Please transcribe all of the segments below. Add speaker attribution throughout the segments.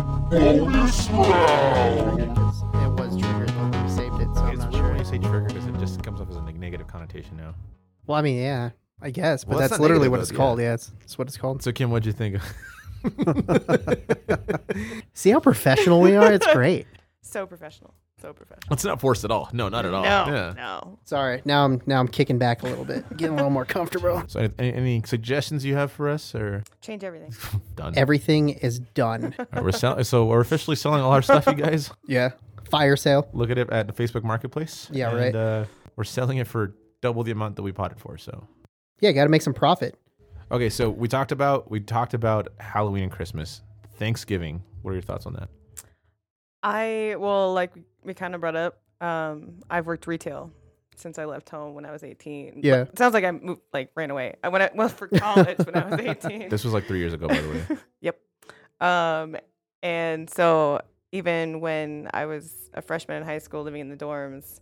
Speaker 1: Holy
Speaker 2: Triggered
Speaker 1: Sprout!
Speaker 2: 'cause It was triggered when we saved it, so I'm
Speaker 3: it's
Speaker 2: not
Speaker 3: weird
Speaker 2: sure.
Speaker 3: when you say trigger because it just comes up as a neg- negative connotation now.
Speaker 2: Well, I mean, yeah, I guess, but
Speaker 3: Well, that's
Speaker 2: that's
Speaker 3: not
Speaker 2: literally
Speaker 3: negative,
Speaker 2: what
Speaker 3: though,
Speaker 2: it's
Speaker 3: yeah.
Speaker 2: called. Yeah, it's, it's what it's called.
Speaker 3: So Kim, what'd you think?
Speaker 2: See how professional we are? It's great.
Speaker 1: So professional. So professional.
Speaker 3: It's not forced at all. No, not at all.
Speaker 1: No,
Speaker 3: Oh, Yeah.
Speaker 1: no.
Speaker 2: Sorry. Now I'm now I'm kicking back a little bit, getting a little more comfortable.
Speaker 3: So any, any- any suggestions you have for us or
Speaker 1: Change everything.
Speaker 3: done?
Speaker 2: Everything is done.
Speaker 3: All right, we're sell- so we're officially selling all our stuff, you guys.
Speaker 2: Yeah. Fire sale.
Speaker 3: Look at it at the Facebook Marketplace.
Speaker 2: Yeah,
Speaker 3: and,
Speaker 2: right.
Speaker 3: Uh, we're selling it for double the amount that we bought it for. So
Speaker 2: Yeah, got to make some profit.
Speaker 3: okay, so we talked about we talked about Halloween and Christmas, Thanksgiving. What are your thoughts on that?
Speaker 1: I well, like we kind of brought up. Um, I've worked retail since I left home when I was 18.
Speaker 2: Yeah.
Speaker 1: But it sounds like I moved, like ran away. I went out- well for college when I was 18.
Speaker 3: This was like three years ago, by the way.
Speaker 1: yep. Um, and so even when I was a freshman in high school, living in the dorms,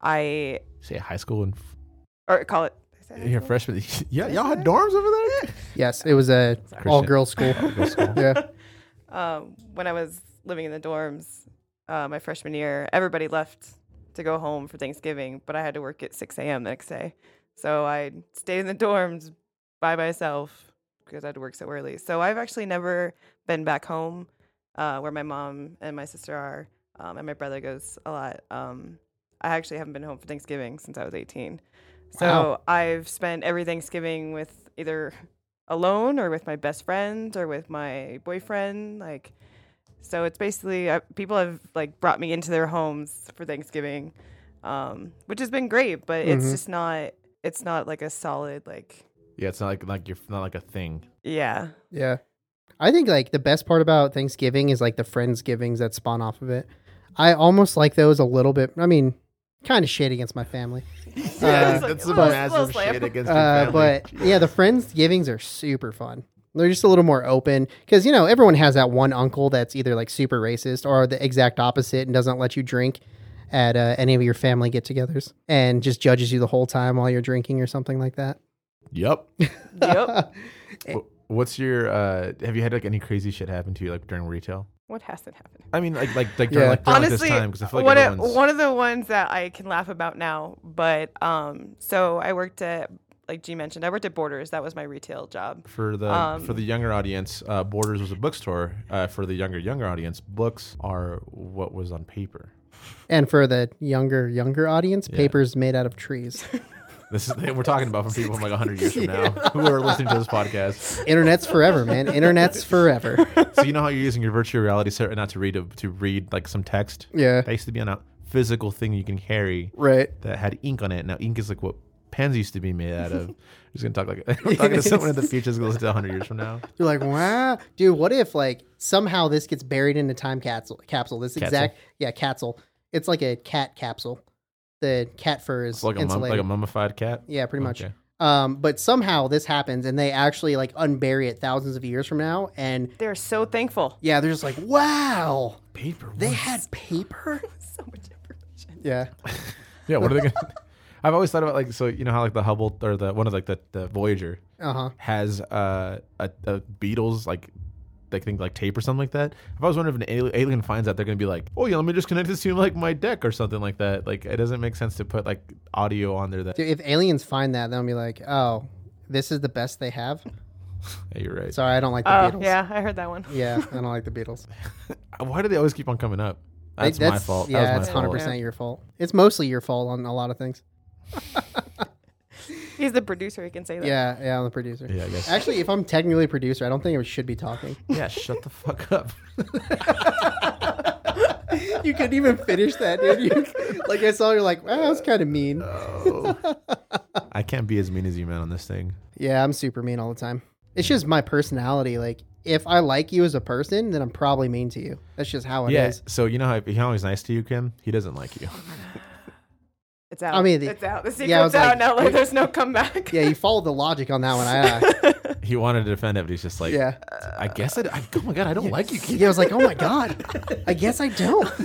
Speaker 1: I
Speaker 3: Say high school and
Speaker 1: or call it.
Speaker 3: You're a freshman. Yeah, y'all had dorms over there.
Speaker 2: Yes, it was a
Speaker 3: Christian.
Speaker 2: all girls school. yeah.
Speaker 1: um, when I was living in the dorms uh, my freshman year, everybody left to go home for Thanksgiving, but I had to work at 6 a.m. the next day. So I stayed in the dorms by myself because I had to work so early. So I've actually never been back home uh, where my mom and my sister are, um, and my brother goes a lot. Um, I actually haven't been home for Thanksgiving since I was 18. So
Speaker 2: Wow.
Speaker 1: I've spent every Thanksgiving with either alone or with my best friend or with my boyfriend. Like, so it's basically uh, people have like brought me into their homes for Thanksgiving, um, which has been great. But it's
Speaker 3: Mm-hmm.
Speaker 2: Mhm.
Speaker 1: just not. It's not like a solid like.
Speaker 3: Yeah, it's not like like you're not like a thing.
Speaker 1: Yeah.
Speaker 2: Yeah. I think like the best part about Thanksgiving is like the friendsgivings that spawn off of it. I almost like those a little bit. I mean, kind of shade against my family.
Speaker 1: Yeah, it's like
Speaker 3: That's
Speaker 1: a
Speaker 3: a
Speaker 1: little-
Speaker 3: massive
Speaker 1: little slam.
Speaker 3: shit against
Speaker 2: Uh,
Speaker 3: your family.
Speaker 2: but yeah, the friendsgivings are super fun. They're just a little more open because you know everyone has that one uncle that's either like super racist or the exact opposite and doesn't let you drink at uh, any of your family get-togethers and just judges you the whole time while you're drinking or something like that.
Speaker 3: Yep.
Speaker 1: Yep.
Speaker 3: Wh- What's your? uh Have you had like any crazy shit happen to you like during retail?
Speaker 1: what hasn't happened?
Speaker 3: I mean, like like like during
Speaker 2: Yeah.
Speaker 3: like during like,
Speaker 1: Honestly,
Speaker 3: this time because I feel like
Speaker 1: one, of,
Speaker 3: everyone's.
Speaker 1: one of the ones that I can laugh about now, but um, so I worked at, like G mentioned, I worked at Borders. That was my retail job.
Speaker 3: for the
Speaker 1: um,
Speaker 3: for the younger audience, uh, Borders was a bookstore. Uh, for the younger younger audience, books are what was on paper.
Speaker 2: And for the younger younger audience,
Speaker 3: Yeah.
Speaker 2: papers made out of trees.
Speaker 3: This is we're talking about from people from like hundred years from now who are listening to this podcast.
Speaker 2: Internet's forever, man. Internet's forever.
Speaker 3: So you know how you're using your virtual reality set not to read a, to read like some text.
Speaker 2: Yeah.
Speaker 3: That used to be on a physical thing you can carry
Speaker 2: Right.
Speaker 3: that had ink on it. Now ink is like what pens used to be made out of. I'm just gonna talk like I'm talking to someone in the future who's gonna listen to hundred years from now.
Speaker 2: You're like, wow, dude. What if like somehow this gets buried in a time capsule? Capsule. This exact, yeah, capsule. It's like a cat capsule. The cat fur is
Speaker 3: It's like a mum,
Speaker 2: insulated.
Speaker 3: like a mummified cat.
Speaker 2: yeah, pretty much.
Speaker 3: Okay.
Speaker 2: Um, but somehow this happens, and they actually like unbury it thousands of years from now, and
Speaker 1: They're so thankful.
Speaker 2: yeah, they're just like, wow,
Speaker 3: Paper.
Speaker 2: they had paper.
Speaker 1: So much information.
Speaker 2: Yeah,
Speaker 3: Yeah, what are they gonna I've always thought about like so you know how like the Hubble or the one of like the, the Voyager
Speaker 2: uh huh.
Speaker 3: has uh a, a Beatles like they think like tape or something like that. I've always wondered if an ali- alien finds out they're gonna be like, oh yeah, let me just connect this to like my deck or something like that. Like it doesn't make sense to put like audio on there. That
Speaker 2: Dude, if aliens find that, they'll be like, oh, this is the best they have.
Speaker 3: yeah, you're right.
Speaker 2: Sorry, I don't like the
Speaker 1: Oh,
Speaker 2: Beatles.
Speaker 1: yeah, I heard that one.
Speaker 2: yeah, I don't like the Beatles.
Speaker 3: Uh, Why do they always keep on coming up?
Speaker 2: Like,
Speaker 3: That's, my fault.
Speaker 2: Yeah,
Speaker 3: that was
Speaker 2: it's
Speaker 3: my
Speaker 2: hundred
Speaker 3: fault.
Speaker 2: percent your fault. It's mostly your fault on a lot of things.
Speaker 1: He's the producer. He can say that.
Speaker 2: Yeah, yeah, I'm the producer.
Speaker 3: Yeah, I guess.
Speaker 2: Actually, if I'm technically a producer, I don't think I should be talking.
Speaker 3: yeah, shut the fuck up.
Speaker 2: you couldn't even finish that, dude. You, like I saw, you're like, wow, that was kind of mean.
Speaker 3: I can't be as mean as you, man, on this thing.
Speaker 2: Yeah, I'm super mean all the time. It's just my personality. Like, if I like you as a person, then I'm probably mean to you. That's just how it is.
Speaker 3: yeah. So you know how you know he's nice to you, Kim? He doesn't like you.
Speaker 1: It's out.
Speaker 2: I mean, the-
Speaker 1: it's out. The secret's
Speaker 2: yeah, I was
Speaker 1: out
Speaker 2: like-
Speaker 1: now. Like, there's no comeback.
Speaker 2: Yeah, you followed the logic on that one. I, uh,
Speaker 3: He wanted to defend it, but he's just like,
Speaker 2: yeah.
Speaker 3: I guess I, I. Oh my god, I don't like you, Kim.
Speaker 2: Yeah, I was like, oh my God, I guess I don't.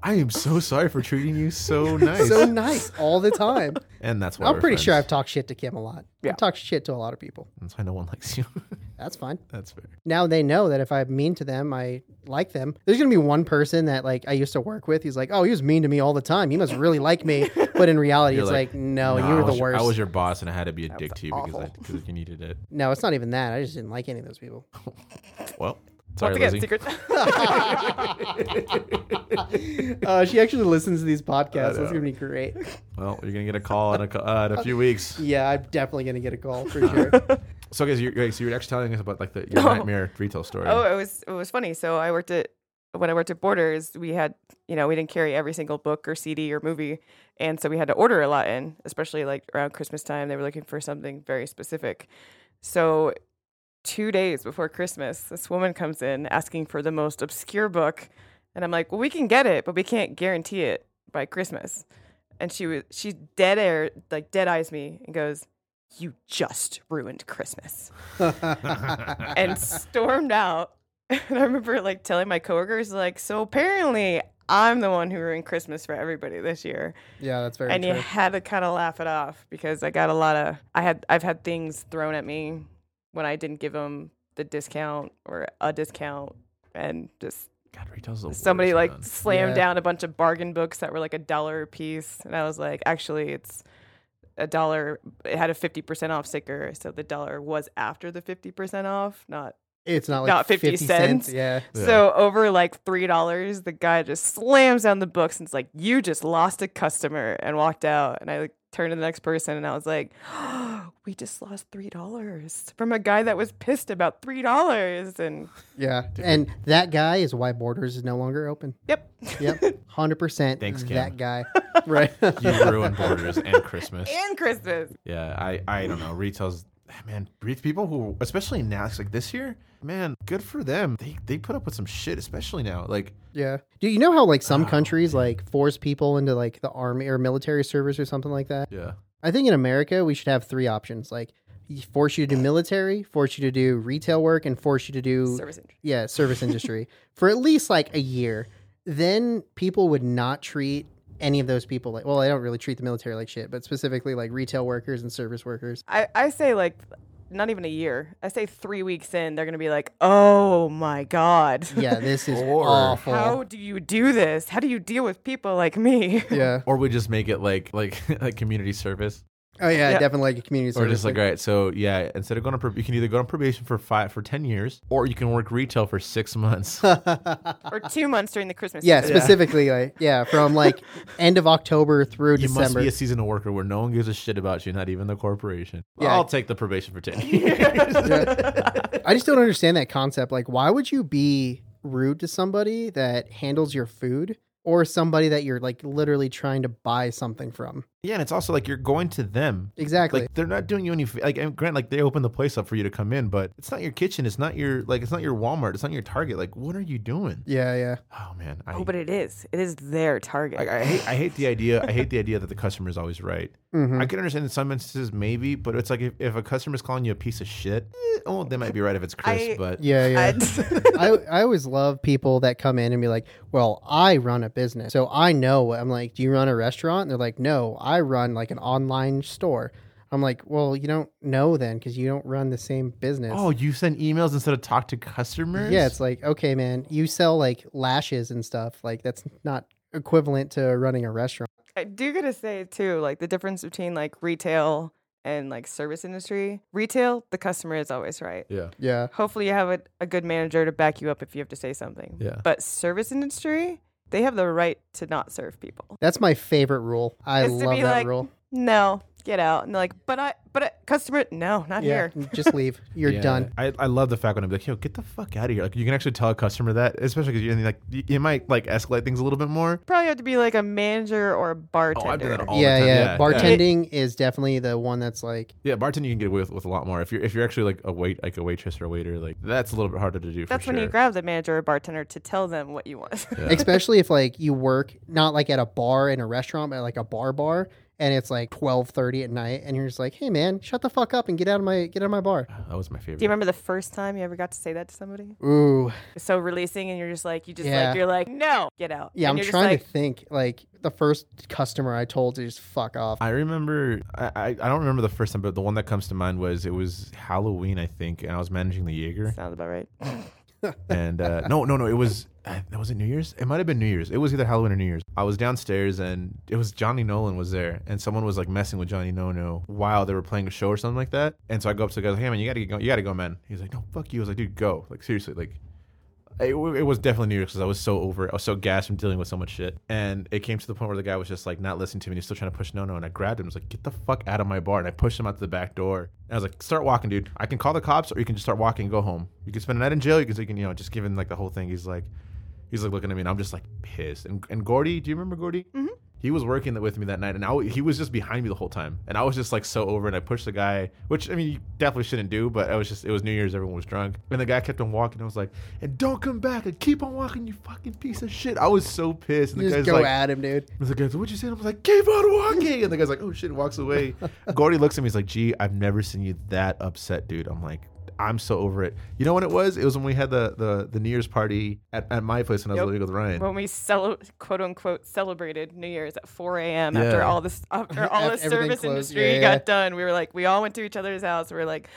Speaker 3: I am so sorry for treating you so nice.
Speaker 2: So nice all the time.
Speaker 3: and that's why
Speaker 2: I'm
Speaker 3: we're
Speaker 2: pretty sure I've
Speaker 3: friends.
Speaker 2: talked shit to Kim a lot. I've talked shit to a lot of people.
Speaker 3: That's why no one likes you.
Speaker 2: That's fine.
Speaker 3: That's fair.
Speaker 2: Now they know that if I'm mean to them, I like them. There's gonna be one person that like I used to work with. He's like, "Oh, he was mean to me all the time. You must really like me." But in reality,
Speaker 3: You're
Speaker 2: it's like, no,
Speaker 3: "Nah,
Speaker 2: you
Speaker 3: I
Speaker 2: were the
Speaker 3: was your-
Speaker 2: worst.
Speaker 3: I was your boss, and I had to be a dick
Speaker 1: was
Speaker 3: to you because, I,
Speaker 1: awful.
Speaker 3: because you needed it.
Speaker 2: no, it's not even that. I just didn't like any of those people.
Speaker 3: Well, sorry,
Speaker 1: Once again,
Speaker 3: Lizzie.
Speaker 1: secret.
Speaker 2: Uh, she actually listens to these podcasts. That's
Speaker 3: know.
Speaker 2: gonna be great.
Speaker 3: Well, you're gonna get a call in a, cou- uh, in a few weeks.
Speaker 2: Yeah, I'm definitely gonna get a call for sure.
Speaker 3: So, guys, you guys, you were actually telling us about like the your
Speaker 1: No.
Speaker 3: nightmare retail story.
Speaker 1: Oh, it was it was funny. So I worked at when I worked at Borders, we had you know we didn't carry every single book or CD or movie, and so we had to order a lot in, especially like around Christmas time. They were looking for something very specific. So two days before Christmas, this woman comes in asking for the most obscure book, and I'm like, well, we can get it, but we can't guarantee it by Christmas. And she was she dead air like dead eyes me and goes, "You just ruined Christmas." and stormed out. And I remember like telling my coworkers, like, so apparently I'm the one who ruined Christmas for everybody this year.
Speaker 2: yeah, that's very
Speaker 1: and you
Speaker 2: true.
Speaker 1: had to kind of laugh it off because I got a lot of I had I've had things thrown at me when I didn't give them the discount or a discount, and just
Speaker 3: God, retail's the
Speaker 1: somebody
Speaker 3: worst,
Speaker 1: like
Speaker 3: man.
Speaker 1: slammed
Speaker 2: Yeah.
Speaker 1: down a bunch of bargain books that were like a dollar a piece, and I was like, actually, it's a dollar. It had a fifty percent off sticker, so the dollar was after the fifty percent off, not
Speaker 2: It's not like
Speaker 1: not
Speaker 2: 50,
Speaker 1: 50
Speaker 2: cents.
Speaker 1: cents.
Speaker 2: Yeah.
Speaker 3: Yeah.
Speaker 1: So over like three dollars, the guy just slams down the books and it's like, "You just lost a customer," and walked out. And I like turned to the next person and I was like, "We just lost three dollars from a guy that was pissed about three dollars." And
Speaker 2: Yeah. And that guy is why Borders is no longer open.
Speaker 1: yep,
Speaker 2: Yep. 100%
Speaker 3: Thanks, Kim.
Speaker 2: that guy. right.
Speaker 3: you ruin borders and Christmas.
Speaker 1: and Christmas.
Speaker 3: Yeah, I I don't know. Retail's man, re- people who especially now it's like this year, man, good for them. They they put up with some shit, especially now. Like
Speaker 2: yeah. Do you know how like
Speaker 3: Oh,
Speaker 2: some countries like force people into like the army or military service or something like that?
Speaker 3: yeah,
Speaker 2: I think in America we should have three options. Like you- force you to do military, force you to do retail work and force you to do
Speaker 1: Service industry.
Speaker 2: yeah, service industry for at least like a year. Then people would not treat any of those people like well, I don't really treat the military like shit, but specifically like retail workers and service workers.
Speaker 1: I I say like. Not even a year. I say three weeks in, they're gonna be like, "Oh my god,
Speaker 2: Yeah, this is
Speaker 3: Or-
Speaker 2: awful.
Speaker 1: how do you do this? How do you deal with people like me?"
Speaker 2: yeah.
Speaker 3: or we just make it like like like community service,
Speaker 2: Oh yeah,
Speaker 1: Yeah.
Speaker 2: definitely like a community
Speaker 3: or
Speaker 2: service.
Speaker 3: just like all right. So yeah, instead of going on, prob- you can either go on probation for five for ten years, or you can work retail for six months.
Speaker 1: or two months during the Christmas.
Speaker 2: yeah,
Speaker 1: season.
Speaker 2: specifically like yeah, from like end of October through
Speaker 3: You must
Speaker 2: December.
Speaker 3: be a seasonal worker where no one gives a shit about you, not even the corporation.
Speaker 2: Yeah.
Speaker 3: I'll take the probation for ten years.
Speaker 2: I just don't understand that concept. Like, why would you be rude to somebody that handles your food or somebody that you're like literally trying to buy something from?
Speaker 3: yeah, and it's also like you're going to them.
Speaker 2: Exactly.
Speaker 3: Like they're not doing you any fa- like. And grant, like they open the place up for you to come in, but it's not your kitchen. It's not your like. It's not your Walmart. It's not your Target. Like, what are you doing?
Speaker 2: yeah, yeah.
Speaker 3: Oh man, I,
Speaker 1: Oh, but it is. It is their target.
Speaker 3: I, I hate. I hate the idea. I hate the idea that the customer is always right.
Speaker 2: Mm-hmm.
Speaker 3: I can understand in some instances maybe, but it's like if, if a customer is calling you a piece of shit, eh, oh, they might be right if it's Chris,
Speaker 1: I-
Speaker 3: but
Speaker 2: Yeah, yeah.
Speaker 1: I-
Speaker 2: I, I always love people that come in and be like, well, I run a business. So I know. what-" I'm like, do you run a restaurant? And they're like, no, I run like an online store. I'm like, well, you don't know then because you don't run the same business.
Speaker 3: oh, you send emails instead of talk to customers.
Speaker 2: Yeah, it's like, okay, man, you sell like lashes and stuff. Like, that's not equivalent to running a restaurant.
Speaker 1: I do gotta say too, like the difference between like retail and like service industry. Retail, the customer is always right.
Speaker 3: yeah,
Speaker 2: Yeah.
Speaker 1: Hopefully, you have a, a good manager to back you up if you have to say something.
Speaker 3: Yeah.
Speaker 1: But service industry, they have the right to not serve people.
Speaker 2: That's my favorite rule. I
Speaker 1: It's to
Speaker 2: love
Speaker 1: be
Speaker 2: that
Speaker 1: like,
Speaker 2: rule.
Speaker 1: No, get out. And they're like, but I, but I, customer, no, not
Speaker 2: Yeah.
Speaker 1: here.
Speaker 2: Just leave. You're
Speaker 3: Yeah.
Speaker 2: done.
Speaker 3: I, I love the fact when I'm like, yo, get the fuck out of here. Like, you can actually tell a customer that, especially because you like you, you might like escalate things a little bit more.
Speaker 1: Probably have to be like a manager or a
Speaker 3: Oh,
Speaker 1: bartender.
Speaker 3: done that all- the
Speaker 2: Yeah, yeah,
Speaker 3: time. Yeah, yeah.
Speaker 2: Bartending is definitely the one that's like,
Speaker 3: Yeah, bartending you can get away with, with a lot more if you're if you're actually like a wait like a waitress or a waiter like that's a little bit harder to do.
Speaker 1: That's
Speaker 3: for
Speaker 1: when you
Speaker 3: sure.
Speaker 1: grab the manager or bartender to tell them what you want.
Speaker 3: Yeah.
Speaker 2: especially if like you work not like at a bar in a restaurant, but like a bar bar, and it's like twelve thirty at night, and you're just like, "Hey, man, shut the fuck up and get out of my get out of my bar."
Speaker 3: That was my favorite.
Speaker 1: Do you remember the first time you ever got to say that to somebody?
Speaker 2: Ooh,
Speaker 1: So releasing, and you're just like, you just
Speaker 2: Yeah.
Speaker 1: like, you're like, no, get out.
Speaker 2: yeah.
Speaker 1: and
Speaker 2: I'm
Speaker 1: you're
Speaker 2: trying
Speaker 1: just
Speaker 2: to think. Like the first customer I told to just fuck off.
Speaker 3: I remember. I, I I don't remember the first time, but the one that comes to mind was it was Halloween, I think, and I was managing the Jaeger.
Speaker 1: like, sounds about right.
Speaker 3: and uh, no, no, no, it was uh, was it New Year's? It might have been New Year's. It was either Halloween or New Year's. I was downstairs and it was Johnny Nolan was there, and someone was like messing with Johnny No No while they were playing a show or something like that. And so I go up to the guy, like, hey man, you gotta get go, you gotta go, man. He's like, no, fuck you. I was like, dude, go. Like seriously, like. It, w- it was definitely New Year's because I was so over it. I was so gassed from dealing with so much shit. And it came to the point where the guy was just like not listening to me. And he's still trying to push no no. And I grabbed him. I was like, get the fuck out of my bar. And I pushed him out to the back door. And I was like, start walking, dude. I can call the cops or you can just start walking and go home. You can spend a night in jail. You can, you can you know, just give him like the whole thing. He's like, he's like looking at me and I'm just like pissed. And, and Gordy, do you remember Gordy? Mm-hmm. He was working th- with me that night and I, w- he was just behind me the whole time. And I was just like so over and I pushed the guy, which I mean, you definitely shouldn't do, but I was just, it was New Year's, everyone was drunk. And the guy kept on walking. I was like, and don't come back and keep on walking, you fucking piece of shit. I was so pissed. And the
Speaker 2: just
Speaker 3: guy's
Speaker 2: go
Speaker 3: like,
Speaker 2: at him, dude.
Speaker 3: and the guy's like, what'd you say? And I was like, keep on walking. And the guy's like, oh shit, walks away. Gordy looks at me. He's like, gee, I've never seen you that upset, dude. I'm like, I'm so over it. You know when it was? It was when we had the the, the New Year's party at, at my place when I was
Speaker 1: Yep.
Speaker 3: living with Ryan.
Speaker 1: When we cel- quote unquote celebrated New Year's at 4 a.m. after
Speaker 3: Yeah.
Speaker 1: all this after all
Speaker 2: After
Speaker 1: the
Speaker 2: everything
Speaker 1: service
Speaker 2: closed,
Speaker 1: industry
Speaker 2: yeah, yeah.
Speaker 1: got done, we were like, we all went to each other's house. We were like,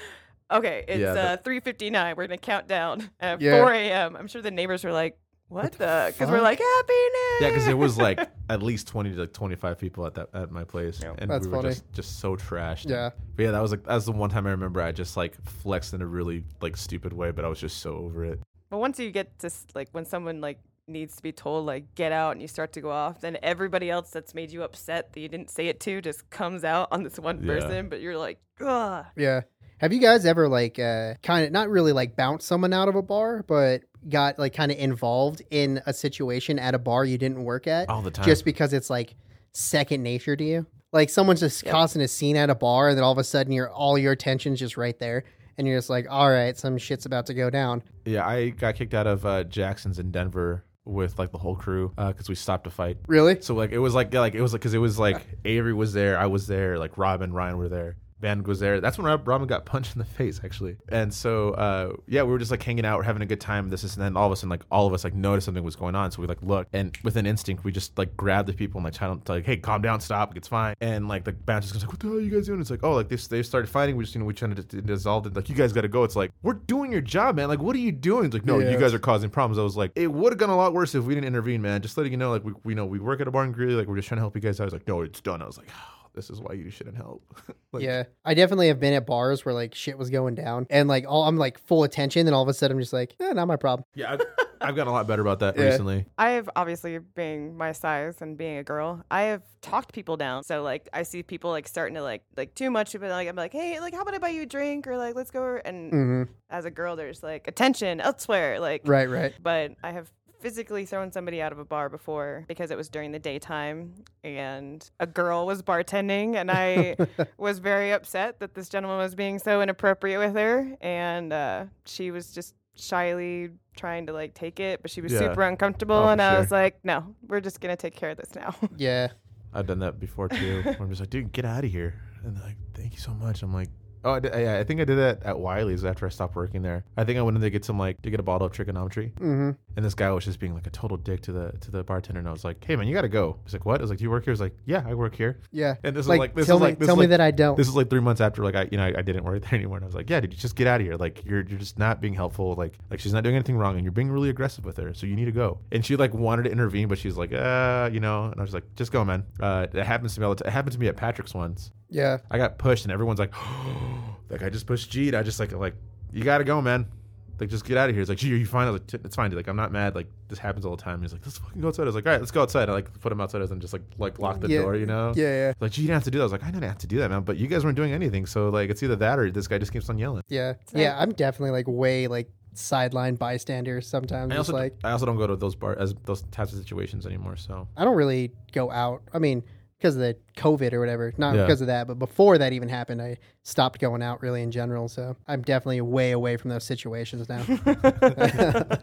Speaker 1: okay, it's
Speaker 3: Yeah,
Speaker 1: uh, 3:59. We're gonna count down at
Speaker 2: Yeah.
Speaker 1: 4 a.m. I'm sure the neighbors were like, what, the? Because we're
Speaker 2: fuck?
Speaker 1: like, happy New
Speaker 3: yeah, because
Speaker 1: Year!"
Speaker 3: there was like at least twenty to like twenty five people at that at my place,
Speaker 1: Yep.
Speaker 3: and
Speaker 2: That's
Speaker 3: we were
Speaker 2: funny.
Speaker 3: just just so trashed.
Speaker 2: Yeah.
Speaker 3: but yeah, that was like that's the one time I remember I just like flexed in a really like stupid way, but I was just so over it.
Speaker 1: But once you get to s- like when someone like needs to be told like get out and you start to go off, then everybody else that's made you upset that you didn't say it to just comes out on this one
Speaker 3: Yeah.
Speaker 1: person. But you're like, ugh.
Speaker 2: Yeah. Have you guys ever like uh kind of not really like bounced someone out of a bar, but got like kind of involved in a situation at a bar you didn't work at
Speaker 3: All the time.
Speaker 2: just because it's like second nature to you? Like someone's just causing a scene at a bar and then all of a sudden your all your attention's just right there and you're just like, "All right, some shit's about to go down."
Speaker 3: Yeah, I got kicked out of uh, Jackson's in Denver with like the whole crew because we stopped a fight.
Speaker 2: Really?
Speaker 3: So like it was like yeah, like it was like because it was like Avery was there, I was there, like Rob and Ryan were there. Van was there. That's when Rob Robin got punched in the face, actually. And so, uh, yeah, we were just like hanging out, we're having a good time. This is, and then all of a sudden, like all of us like noticed something was going on. So we like looked, and with an instinct, we just like grabbed the people and like trying to like, hey, calm down, stop, it's fine. And like the bouncers was like, what the hell are you guys doing? It's like, oh, like this, they started fighting. We just, you know, we trying to d- dissolve it. Like you guys got to go. It's like we're doing your job, man. Like what are you doing? It's like no,
Speaker 2: Yeah.
Speaker 3: you guys guys are causing problems. I was like, it would have gone a lot worse if we didn't intervene, man. Just letting you know, like we, we know we work at a bar and grill, like we're just trying to help you guys. I was like, no, it's done. I was like, oh, this is why you shouldn't help. like,
Speaker 2: yeah. I definitely have been at bars where like shit was going down and like all I'm like full attention and all of a sudden I'm just like, "Eh, not my problem."
Speaker 3: yeah. I've, I've gotten a lot better about that
Speaker 2: Yeah.
Speaker 3: recently.
Speaker 1: I have obviously being my size and being a girl, I have talked people down. So like I see people like starting to like like too much, but like I'm like, hey, like how about I buy you a drink or like let's go over- and
Speaker 2: Mhm.
Speaker 1: as a girl there's like attention elsewhere. Like
Speaker 2: Right, right.
Speaker 1: but I have physically thrown somebody out of a bar before because it was during the daytime and a girl was bartending and I was very upset that this gentleman was being so inappropriate with her and uh, she was just shyly trying to like take it but she was
Speaker 3: Yeah.
Speaker 1: super uncomfortable
Speaker 3: Oh, for
Speaker 1: and I was
Speaker 3: sure.
Speaker 1: like no we're just gonna take care of this now
Speaker 2: Yeah.
Speaker 3: I've done that before too. where I'm just like, dude, get out of here. And they're like, thank you so much. I'm like, oh, I, did, yeah, I think I did that at Wiley's after I stopped working there. I think I went in to get some like to get a bottle of trigonometry.
Speaker 2: Mhm.
Speaker 3: And this guy was just being like a total dick to the to the bartender, and I was like, "Hey man, you gotta go." He's like, "What?" I was like, "Do you work here?" He's like, "Yeah, I work here."
Speaker 2: Yeah.
Speaker 3: And this
Speaker 2: like,
Speaker 3: is like this
Speaker 2: tell
Speaker 3: is
Speaker 2: me
Speaker 3: like this
Speaker 2: tell
Speaker 3: is
Speaker 2: me
Speaker 3: like,
Speaker 2: that I don't.
Speaker 3: This is like three months after like I you know I, I didn't work there anymore, and I was like, yeah, dude, just get out of here. Like you're you're just not being helpful. Like like she's not doing anything wrong, and you're being really aggressive with her. So you need to go. And she like wanted to intervene, but she's like, uh, you know. And I was like, just go, man. Uh, it happens to me all the time. It happened to me at Patrick's once.
Speaker 2: yeah.
Speaker 3: I got pushed, and everyone's like, like I just pushed G. And I just like like you gotta go, man. Like just get out of here. It's like, G, are you fine? I was like, "T- it's fine. Dude. Like I'm not mad. Like this happens all the time. He's like, let's fucking go outside. I was like, all right, let's go outside. I like put him outside and just like like lock the
Speaker 2: Yeah.
Speaker 3: door, you know?
Speaker 2: Yeah, yeah.
Speaker 3: Like, you didn't have to do that. I was like, I didn't have to do that, man. But you guys weren't doing anything. So, like, it's either that or this guy just keeps on yelling.
Speaker 2: Yeah.
Speaker 1: like-
Speaker 2: yeah, I'm definitely like way like sideline bystander sometimes.
Speaker 3: I
Speaker 2: It's
Speaker 3: also,
Speaker 2: like
Speaker 3: I also don't go to those bar as those types of situations anymore. So,
Speaker 2: I don't really go out. I mean, because of the COVID or whatever. Not
Speaker 3: Yeah.
Speaker 2: because of that, but before that even happened, I stopped going out really in general. So I'm definitely way away from those situations now.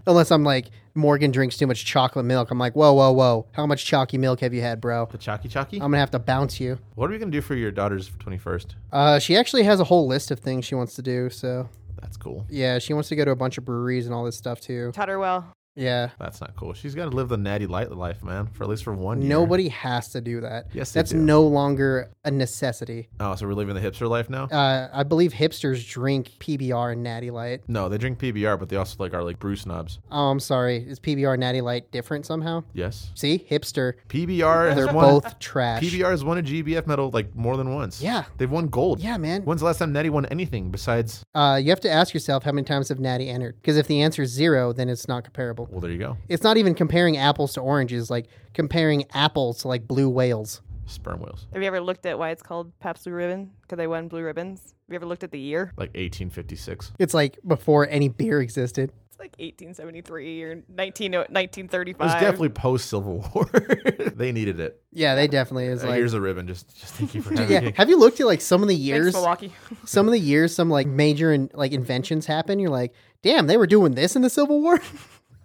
Speaker 2: Unless I'm like Morgan drinks too much chocolate milk. I'm like, whoa, whoa, whoa! How much chalky milk have you had, bro?
Speaker 3: The Chalky Chalky?
Speaker 2: I'm gonna have to bounce you.
Speaker 3: what are we going to do for your daughter's 21st?
Speaker 2: Uh, she actually has a whole list of things she wants to do. So
Speaker 3: That's cool.
Speaker 2: yeah, she wants to go to a bunch of breweries and all this stuff too.
Speaker 1: Totterwell.
Speaker 2: Yeah,
Speaker 3: That's not cool. She's got to live the natty light life, man, for at least for one year.
Speaker 2: nobody has to do that.
Speaker 3: Yes, they
Speaker 2: that's
Speaker 3: do.
Speaker 2: no longer a necessity.
Speaker 3: Oh, so we're living the hipster life now?
Speaker 2: Uh, I believe hipsters drink PBR and Natty Light.
Speaker 3: no, they drink PBR, but they also like are like brew snobs.
Speaker 2: Oh, I'm sorry. Is PBR and Natty Light different somehow?
Speaker 3: Yes.
Speaker 2: See, hipster.
Speaker 3: PBR has
Speaker 2: They're
Speaker 3: won
Speaker 2: both trash.
Speaker 3: PBR has won a GBF medal like more than once.
Speaker 2: Yeah.
Speaker 3: They've won gold.
Speaker 2: Yeah, man.
Speaker 3: When's the last time Natty won anything besides
Speaker 2: Uh, you have to ask yourself how many times have Natty entered? Because if the answer is zero, then it's not comparable.
Speaker 3: Well there you go.
Speaker 2: It's not even comparing apples to oranges, like comparing apples to like blue whales.
Speaker 3: Sperm whales.
Speaker 1: Have you ever looked at why it's called Pabst Blue Ribbon? Because they won blue ribbons. Have you ever looked at the year?
Speaker 3: Like eighteen fifty six.
Speaker 2: It's like before any beer existed.
Speaker 1: It's like 1873 or 19, 1935.
Speaker 3: It was definitely post Civil War. they needed it.
Speaker 2: Yeah, they definitely is
Speaker 3: Uh,
Speaker 2: like.
Speaker 3: Here's a ribbon. Just just thank you for having
Speaker 2: yeah,
Speaker 3: me.
Speaker 2: have you looked at like some of the
Speaker 1: Thanks,
Speaker 2: years?
Speaker 1: Milwaukee.
Speaker 2: Some of the years, some like major in, like inventions happen. You're like, damn, they were doing this in the Civil War.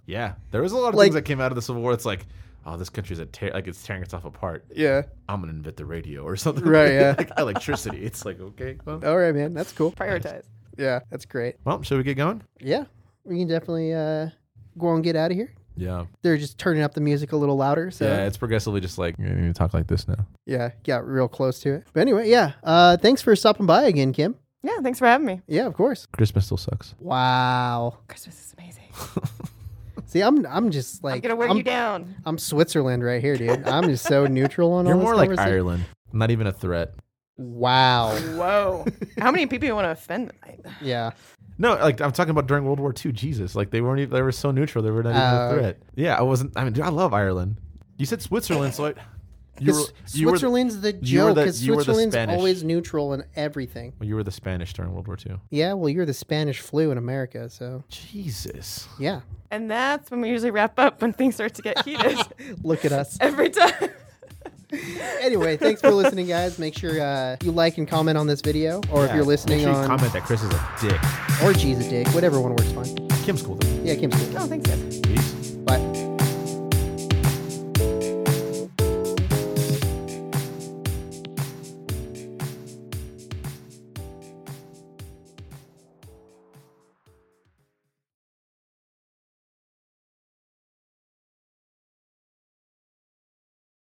Speaker 3: Yeah. There was a lot of
Speaker 2: Like-
Speaker 3: things that came out of the Civil War. It's like, oh, this country's a tear like it's tearing itself apart.
Speaker 2: yeah.
Speaker 3: I'm gonna invent the radio or something.
Speaker 2: Right, yeah.
Speaker 3: like electricity. It's like okay. Well,
Speaker 2: All right, man. That's cool.
Speaker 1: Prioritize.
Speaker 2: Yeah, that's great.
Speaker 3: well, should we get going?
Speaker 2: Yeah, we can definitely uh, go and get out of here.
Speaker 3: Yeah.
Speaker 2: They're just turning up the music a little louder. So
Speaker 3: Yeah. It's progressively just like you need to talk like this now.
Speaker 2: Yeah, got real close to it. But anyway, yeah. Uh, thanks for stopping by again, Kim.
Speaker 1: Yeah, thanks for having me.
Speaker 2: Yeah, of course.
Speaker 3: Christmas still sucks.
Speaker 2: Wow.
Speaker 1: Christmas is amazing.
Speaker 2: See, I'm I'm just like
Speaker 1: I'm gonna wear
Speaker 2: I'm,
Speaker 1: you down.
Speaker 2: I'm Switzerland right here, dude. I'm just so neutral on
Speaker 3: You're
Speaker 2: all this
Speaker 3: more like
Speaker 2: conversation.
Speaker 3: Ireland. Not even a threat.
Speaker 2: Wow.
Speaker 1: Whoa. How many people you want to offend tonight?
Speaker 2: Yeah.
Speaker 3: No, like I'm talking about during World War II. Jesus, like they weren't even. They were so neutral. They were not
Speaker 2: Oh.
Speaker 3: even a threat. Yeah, I wasn't. I mean, dude, I love Ireland. You said Switzerland, so I, you were
Speaker 2: Because
Speaker 3: you were, the,
Speaker 2: Switzerland's the
Speaker 3: you were
Speaker 2: joke
Speaker 3: the-
Speaker 2: because
Speaker 3: you were the
Speaker 2: Switzerland's
Speaker 3: Spanish.
Speaker 2: always neutral in everything.
Speaker 3: well, you were the Spanish during World War II.
Speaker 2: Yeah, well, you're the Spanish flu in America, so
Speaker 3: Jesus,
Speaker 2: yeah.
Speaker 1: And that's when we usually wrap up when things start to get heated
Speaker 2: Look at us.
Speaker 1: every time.
Speaker 2: anyway, thanks for listening, guys. Make sure uh, you like and comment on this video, or if
Speaker 3: Yeah,
Speaker 2: you're listening
Speaker 3: make sure you
Speaker 2: on
Speaker 3: comment that Chris is a dick.
Speaker 2: or G's a dick, whatever one works fine.
Speaker 3: Kim's cool though.
Speaker 2: Yeah, Kim's cool.
Speaker 1: Oh, thanks, guys.
Speaker 3: Peace.